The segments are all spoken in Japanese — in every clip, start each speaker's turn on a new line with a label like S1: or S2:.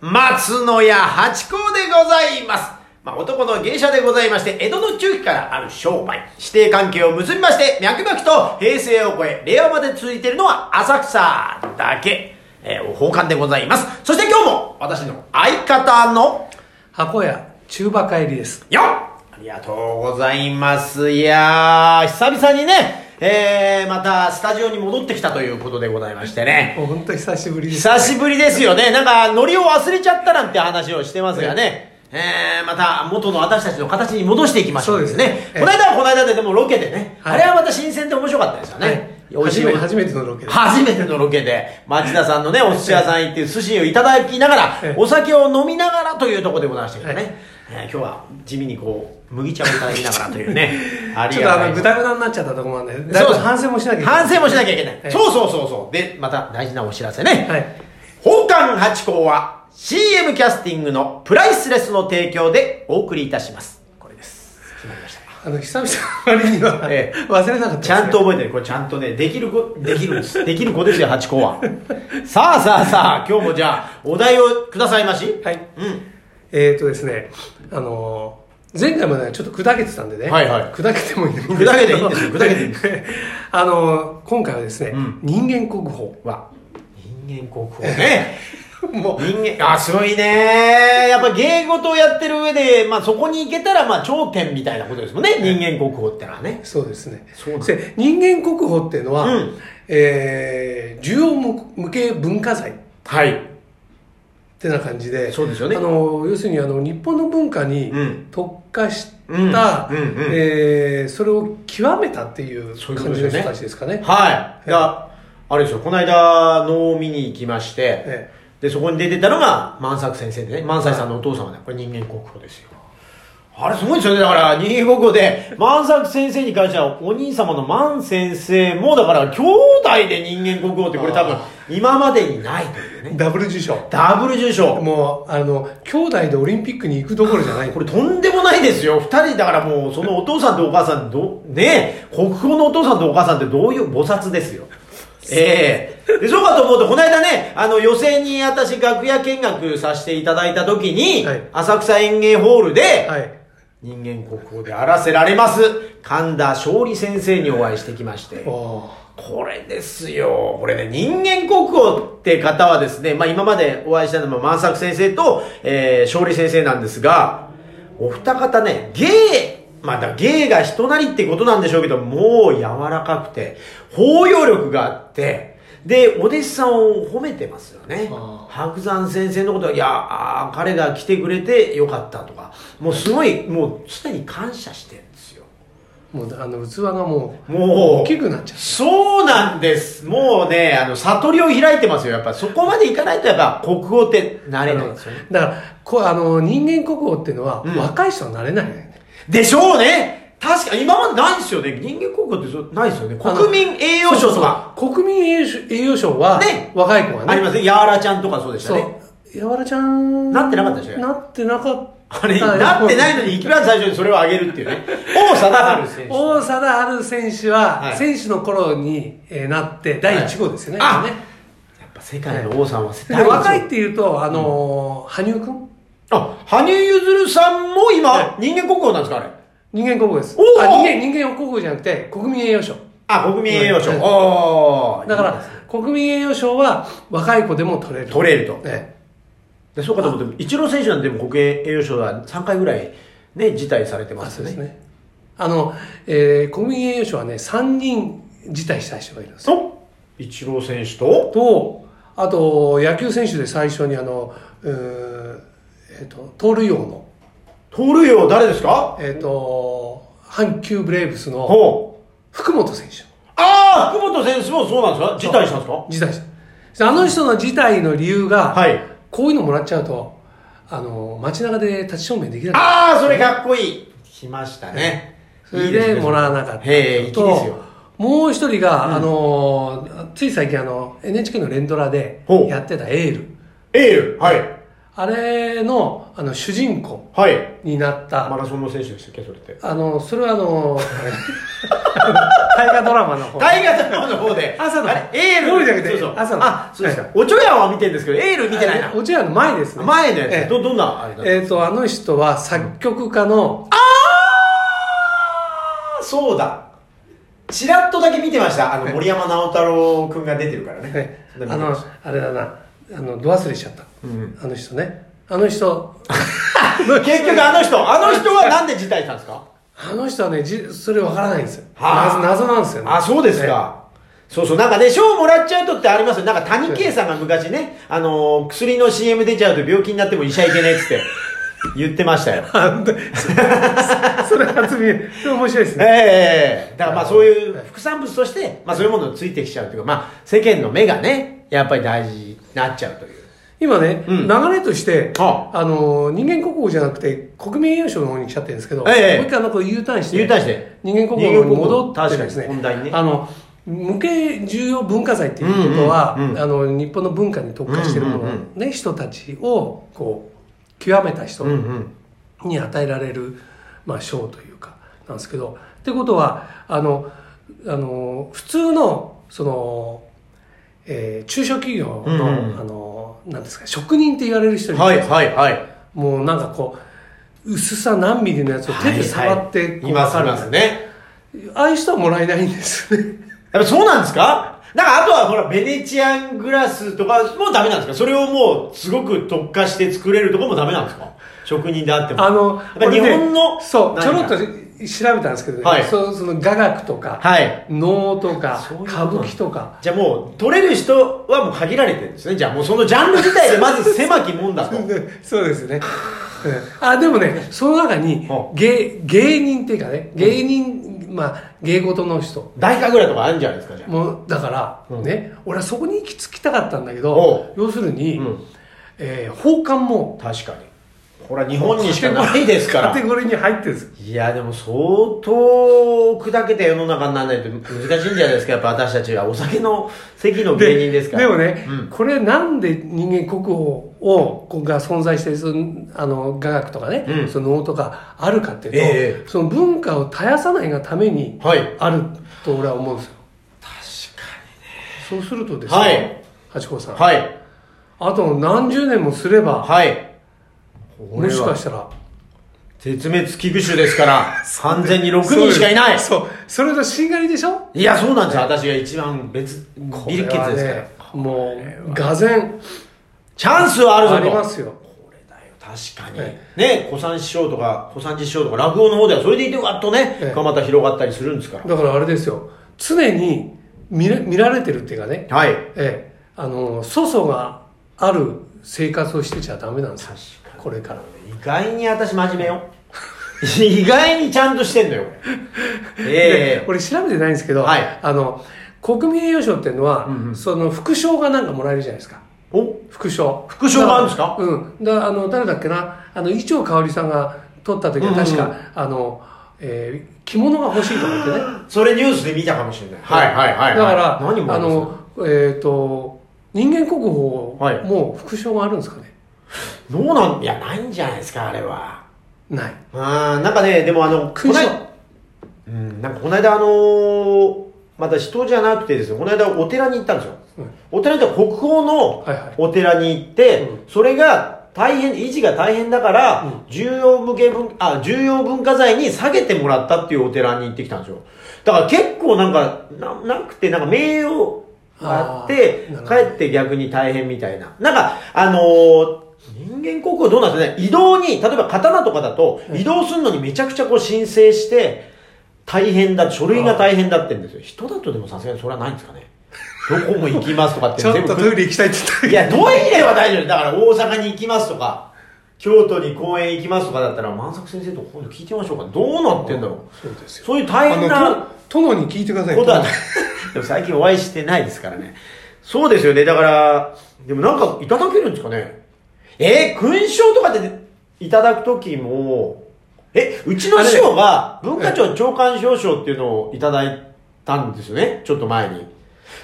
S1: 松野屋八甲でございます。まあ、男の芸者でございまして、江戸の中期からある商売、指定関係を結びまして、脈々と平成を超え、令和まで続いているのは浅草だけ、えー、奉還でございます。そして今日も、私の相方の、
S2: 箱屋中馬帰りです。
S1: よありがとうございます。いやー、久々にね、えー、またスタジオに戻ってきたということでございましてね。
S2: もう本当久しぶり
S1: です、ね、久しぶりですよね。なんか、ノリを忘れちゃったなんて話をしてますがね。えー、また元の私たちの形に戻していきましょう、ね、そうですね。この間はこの間ででもロケでね、はい、あれはまた新鮮で面白かったですよね。はい
S2: 初め初めてのロケ
S1: で初めてのロケで町田さんのねお寿司屋さん行って寿司をいただきながらお酒を飲みながらというところでございましたけどね、えー、今日は地味にこう麦茶をいただきながらという ね
S2: ありがとうちょっとあのグダグダになっちゃったところなんでだいぶ反省もしなきゃいけ
S1: ない反省もしなきゃいけない、はい、そうそうそうそうでまた大事なお知らせね、はい、本館八甲は CM キャスティングのプライスレスの提供でお送りいたしますこれです決まりました
S2: あの、久々の割には、ええ、忘れなかった、ね、
S1: ちゃんと覚えてる。これちゃんとね、できる子、で きるんです。できる子ですよ、8個は。さあさあさあ、今日もじゃあ、お題をくださいまし。
S2: はい。うん。えっ、ー、とですね、あのー、前回までちょっと砕けてたんでね。
S1: はいはい。
S2: 砕けてもいいんです
S1: 砕けていいんですよ。砕けていいんです。
S2: あのー、今回はですね、うん、人間国宝は。
S1: 人間国宝ね。もう、人間、あ、すごいねやっぱ芸事をやってる上で、まあそこに行けたら、まあ頂点みたいなことですもんね。人間国宝ってのはね。
S2: そうですね。そうですね。人間国宝っていうのは、うん、えー、需要向け文化財。
S1: はい。
S2: ってな感じで。
S1: そうですよね。
S2: あの、要するにあの、日本の文化に特化した、うんうんうん、えー、それを極めたっていう感じの人たちですかね。ういうね
S1: はい。いや、あれですよ、この間、能を見に行きまして、ええで、そこに出てたのが万作先生でね、万歳さんのお父様ね、これ人間国宝ですよ。あれすごいですよね。だから、人間国宝で、万作先生に関しては、お兄様の万先生も、だから、兄弟で人間国宝って、これ多分、今までにないというね。
S2: ダブル受賞。
S1: ダブル受賞。
S2: もう、あの、兄弟でオリンピックに行くどころじゃない。
S1: これとんでもないですよ。二人、だからもう、そのお父さんとお母さんど、ね国宝のお父さんとお母さんってどういう菩薩ですよ。ええー、で、そうかと思うと、この間ね、あの、予選に私、楽屋見学させていただいたときに、はい、浅草園芸ホールで、はい、人間国宝であらせられます、神田勝利先生にお会いしてきまして、これですよ。これね、人間国宝って方はですね、まあ今までお会いしたのは万作先生と、えー、勝利先生なんですが、お二方ね、芸また芸が人なりってことなんでしょうけど、もう柔らかくて、包容力があって、で、お弟子さんを褒めてますよね。白山先生のことは、いや彼が来てくれてよかったとか、もうすごい、もう常に感謝してるんですよ。
S2: もう、あの、器がも
S1: う、もう、
S2: 大きくなっちゃう。
S1: そうなんです。もうね、あの、悟りを開いてますよ。やっぱそこまでいかないと、やっぱ国語ってなれないんですよね。
S2: だから、こあの、人間国語っていうのは、うん、若い人はなれないね。
S1: でしょうね確か、今までないですよね。人間国宝ってそないですよね。国民栄誉賞とか。
S2: そうそう国民栄誉賞は、ね、若い子がね。
S1: ありますね。ヤーラちゃんとかそうでしたね。
S2: ヤーラちゃん。
S1: なってなかったでしょ
S2: なってなかった。
S1: あれ、なってないのに、いきなり最初にそれをあげるっていうね。王貞治選手。
S2: 王貞治選手は、はい、選手の頃に、えー、なって、第1号ですよね。
S1: はい、ねやっぱ世界の王さんは世界、
S2: はい、若いっていうと、あのーうん、羽生くん
S1: あ、羽生結弦さんも今、はい、人間国宝なんですかあれ。
S2: 人間国宝です。
S1: お
S2: あ人間、人間国宝じゃなくて、国民栄誉賞。
S1: あ、国民栄誉賞。はい、お
S2: だから、国民栄誉賞は若い子でも取れる。
S1: 取れると。ね、でそうかと思って、イチロー選手なんて国営栄誉賞は3回ぐらい、ね、辞退されてますね。そうですね。
S2: あの、えー、国民栄誉賞はね、3人辞退した人がいるんですよ。
S1: イチロー選手と
S2: と、あと、野球選手で最初にあの、うーえっ、ー、と、盗塁王の。
S1: 盗塁王誰ですか
S2: えっ、ー、と、阪急ブレーブスの福本選手。
S1: ああ福本選手もそうなんですか辞退したんですか
S2: 辞退した。あの人の辞退の理由が、はい、こういうのもらっちゃうと、あの、街中で立ち証明できない。
S1: ああそれかっこいい。来ましたね。
S2: それでもらわなかった
S1: へえ、粋ですよ。
S2: もう一人が、うん、あの、つい最近あの、NHK の連ドラでやってたエール。
S1: エールはい。
S2: あれのあの主人公
S1: はい
S2: になった、
S1: マラソンの選手でしたっけそれって
S2: あのそれはあ の大河ドラマの方
S1: 大河ドラマの方で
S2: 朝の
S1: あれエール
S2: 夜じゃなくて
S1: そうそう
S2: 朝の
S1: あそうですか、おちょやんは見てるんですけどエール見てないな
S2: おちらの前ですね
S1: 前のやつ、
S2: ええ
S1: どどんなあれだった
S2: えーとあの人は作曲家の、
S1: あそうだちらっとだけ見てましたあの森山直太朗君が出てるからね、
S2: え
S1: そんな
S2: あ
S1: 見てま
S2: の
S1: した
S2: あれだなあのド忘れしちゃった、
S1: ん
S2: あの人ねあの人
S1: 結局あの人あの人はなんで辞退したんですか
S2: あの人はねじそれわからないんですよ
S1: はあ
S2: 謎謎なんですよね
S1: あそうですか、そうそうなんかね賞もらっちゃうとってありますよなんか谷圭さんが昔ね、あのー薬の CM 出ちゃうと病気になっても医者いけねえっつって言ってましたよ
S2: あ本当にそそれ初見それ面白いですね
S1: ええだからまあそういう副産物として、まあ、そういうものについてきちゃうというかまあ世間の目がねやっぱり大事になっちゃうという
S2: 今ね、
S1: うん
S2: 流れとして、
S1: あ
S2: あの人間国宝じゃなくて国民栄誉賞の方に来ちゃってるんですけど、
S1: ええ
S2: もう一回あのこう U ターンして
S1: U ターンして
S2: 人間国宝の方に戻ってです
S1: 人間国宝確かに
S2: ね
S1: 本題にね
S2: あの無形重要文化財っていうことは、
S1: うんうんうん
S2: あの日本の文化に特化してるも
S1: う
S2: の、
S1: ん
S2: ね
S1: うん
S2: 人たちをこう極めた人
S1: うんうん
S2: に与えられる、まあ、賞というかなんですけどってことはあのあの普通のその、えー中小企業の,、
S1: うんうん
S2: あのなんですか職人って言われる人に、
S1: はいはいはい
S2: もうなんかこう薄さ何ミリのやつを手で触ってこう
S1: いますい
S2: 測る
S1: ますね
S2: ああいう人はもらえないんですね
S1: やっぱそうなんですかだからあとはほら、ベネチアングラスとかもダメなんですかそれをもうすごく特化して作れるとかもダメなんですか職人であっても。
S2: あの
S1: やっぱ日本の、
S2: これねそうちょろっと
S1: 何か
S2: 調べたんですけどね、
S1: はい
S2: そうその雅楽とか、
S1: はい。
S2: 能とか
S1: そういうこと
S2: 歌
S1: なんだ
S2: 舞伎とか
S1: じゃあもう、取れる人はもう限られてるんですね。じゃあもうそのジャンル自体でまず狭きもんだと。
S2: そうですね。うんあでもね、その中に
S1: は
S2: 芸芸人っていうかね、芸人、まあ、芸事の人
S1: 大かぐらいとかあるんじゃないですかじゃあ。
S2: も、だから、
S1: うん
S2: ね、俺はそこに行き着きたかったんだけど、要するに、
S1: うん
S2: えー奉還も、
S1: 確かに。ほら、日本にしかないですか
S2: カテ
S1: ら。
S2: ゴリーに入ってるんです。
S1: いや、でも相当砕けた世の中にならないと難しいんじゃないですか。やっぱ私たちはお酒の席の芸人ですから。
S2: でもね、
S1: うん
S2: これなんで人間国宝をここが存在してそのあの雅楽とかね、
S1: うん
S2: その能とかあるかっていうと、
S1: ええ
S2: その文化を絶やさないがために
S1: はい
S2: あると俺は思うんですよ。
S1: 確
S2: そうするとです
S1: はい
S2: ね、ハチ公さん、
S1: かに。はい。
S2: あと何十年もすれば、
S1: はい。
S2: もしか
S1: し
S2: したら、
S1: 絶滅危惧種です から、完全に6人しかいない。
S2: そう、それとしんがりでしょ
S1: いや、そうなんですよ。私が一番別、ビルケツですから。
S2: これはねもう、がぜん、
S1: チャンスはあるぞと。
S2: ありますよ。
S1: これだよ、確かに。
S2: え
S1: ね、小三師匠とか、小三治師匠とか、落語の方ではそれでいてわっとね、
S2: ええ
S1: また広がったりするんですから。
S2: だからあれですよ、常に見ら見られてるっていうかね、
S1: はい。
S2: ええ、あの、粗相がある生活をしてちゃダメなんですよ。これから。
S1: 意外に私真面目よ。意外にちゃんとしてん のよ。え
S2: で
S1: え
S2: 俺調べてないんですけど、
S1: はい
S2: あの、国民栄誉賞っていうのは、
S1: うんうん
S2: その副賞がなんかもらえるじゃないですか。
S1: お
S2: 副賞
S1: 副賞があるんですか
S2: うんだあの誰だっけなあの伊調かおりさんが取った時は確か、
S1: うんうん
S2: あの、えー着物が欲しいとか言ってね
S1: それニュースで見たかもしれない。はいはいはいはい。
S2: だから
S1: 何も
S2: あ
S1: あるんですか
S2: のえっ、と人間国宝
S1: はい
S2: も副賞があるんですかね、
S1: どうなんいや、ないんじゃないですか、あれは。
S2: ない
S1: あーなんかね、でもあの、
S2: 勲章
S1: こないうん、なんかこの間あのーまた人じゃなくてですね、この間お寺に行ったんですよ。
S2: うん
S1: お寺に行ったら国宝の
S2: はいはい
S1: お寺に行って、
S2: う
S1: それが大変、維持が大変だから、
S2: うん
S1: 重要無形文、あ、重要文化財に下げてもらったっていうお寺に行ってきたんですよ。だから結構なんか、ななくて、なんか名誉があって
S2: あーなる、ほ
S1: 帰っ
S2: ど
S1: て逆に大変みたいな。なんか、あのー人間国宝どうなんですかね移動に、例えば刀とかだと、移動するのにめちゃくちゃこう申請して、大変だ、書類が大変だってんですよ。人だとでもさすがにそれはないんですかねどこも行きますとかって
S2: ちょっとト
S1: 全
S2: イレ行きたいって言った
S1: 部いや、トイレは大丈夫だから大阪に行きますとか、京都に公園行きますとかだったら、万作先生と今度聞いてみましょうか。どうなってんだろう。
S2: そうですよ
S1: そういう大変
S2: あ
S1: な
S2: のと殿に聞いてください
S1: ことは
S2: 殿
S1: でも最近お会いしてないですからね。そうですよね。だから、でもなんかいただけるんですかね。えー、勲章とかでいただくときも、え、うちの師匠が文化庁長官表彰っていうのをいただいたんですよね。ちょっと前に。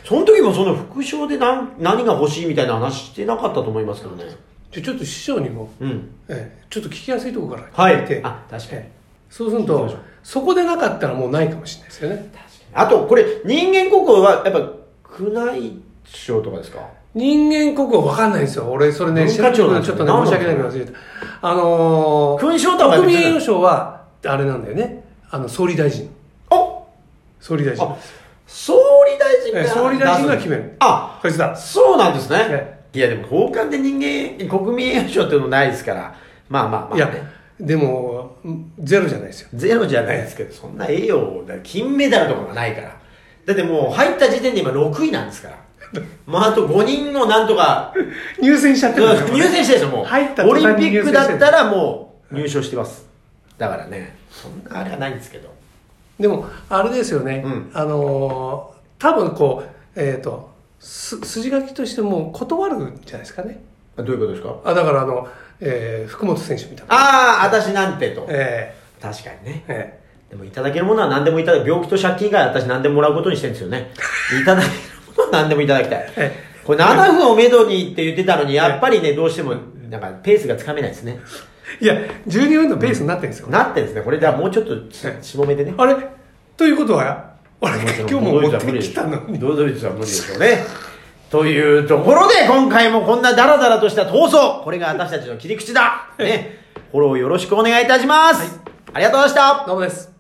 S1: その時もその副賞で何何が欲しいみたいな話してなかったと思いますけどね。
S2: じゃあちょっと師匠にも、
S1: うん。
S2: ええちょっと聞きやすいところか
S1: は
S2: ら
S1: い
S2: 聞いて、。
S1: あ、確かに
S2: え。えそうする
S1: 聞いてみ
S2: と
S1: ましょう
S2: そこでなかったらもうないかもしれないですよね
S1: あと、これ、人間国宝は、やっぱ、宮内省とかですか
S2: 人間国宝わかんないんですよ俺それね
S1: 文
S2: 調べ
S1: 化
S2: て
S1: 庁
S2: く
S1: なん
S2: の
S1: ですよ
S2: ちょっとね申し訳ないけど忘れたあのー、
S1: 勲章とはまた
S2: 国
S1: 別
S2: 民
S1: な
S2: 栄誉賞はあれなんだよねあの総理大臣
S1: あ
S2: 総理大臣
S1: あ、総理大臣
S2: ええ
S1: が。
S2: 総理大臣が決める
S1: あ、
S2: こいつだ
S1: そうなんですね
S2: え。
S1: いや、でも、交換で人間、国民栄誉賞っていうのないですから。まあまあまあ、ね。
S2: いやでもゼロじゃないですよ
S1: ゼロじゃないですけど、そんな栄誉、だから金メダルとかがないから。だってもう入った時点で今6位なんですから。まああと5人のなんと か、
S2: 入選しちゃってるんですよ
S1: 入選してるでしょ、もう。
S2: 入った途
S1: オリ
S2: 端
S1: ン
S2: に
S1: ピ
S2: 入
S1: ッ
S2: 選してる
S1: クだったらもう入賞してます。だからね、そんなあれはないんですけど。
S2: でもあれですよね、
S1: うん
S2: あのー多分こうえっ、とす筋書きとしてもう断るんじゃないですかね
S1: どういうことですか
S2: あだからあの、えー福本選手みたいな
S1: ああ、私なんてと。
S2: え
S1: 確かにね
S2: ー。え
S1: でもいただけるものは何でもいただき、病気と借金以外は私何でももらうことにしてるんですよ ね。いただけるものは何でもいただきたい。
S2: え
S1: これ7分をめどにって言ってたのに、やっぱりね、どうしても、なんかペースがつかめないですね。
S2: ーいや12分のペースになってるんですよ、
S1: なってんですね。これじゃあもうちょっとし
S2: ええ
S1: しぼめでね。
S2: あれということは俺今日も持ってきたのに
S1: ドドイツは無理でしょうね。というところで、今回もこんなダラダラとした闘争これが私たちの切り口だね。フォローよろしくお願いいたします、ありがとうございました
S2: どうもです